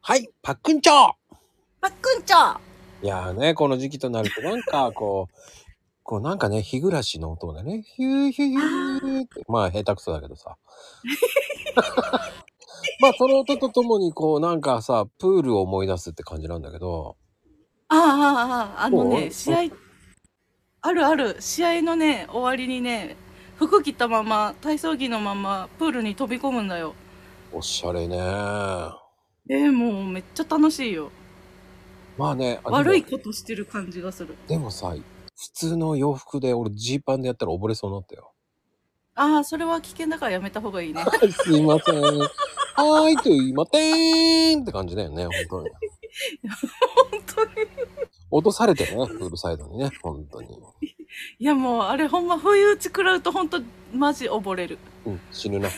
はい、パックンチョパックンチョいやーね、この時期となるとなん かこう、こうなんかね、日暮らしの音がね、ヒューヒューヒューヒューって、まあ下手くそだけどさ。 まあその音とともにこうなんかさ、プールを思い出すって感じなんだけど、ああああああのおうね試合あるある試合のね終わりにね服着たまま体操着のままプールに飛び込むんだよおしゃれねえー、もうめっちゃ楽しいよまあね、あ悪いでもことしてる感じがするでもさ、普通の洋服で俺ジーパンでやったら溺れそうになったよ。 ああそれは危険だからやめた方がいいねはい、すいません。はーい、と言いまてーんって感じだよね、本当に。本当に落とされてね、プールサイドにね、本当に。いやもうあれほんま不意打ち食らうと本当マジ溺れるうん、死ぬな。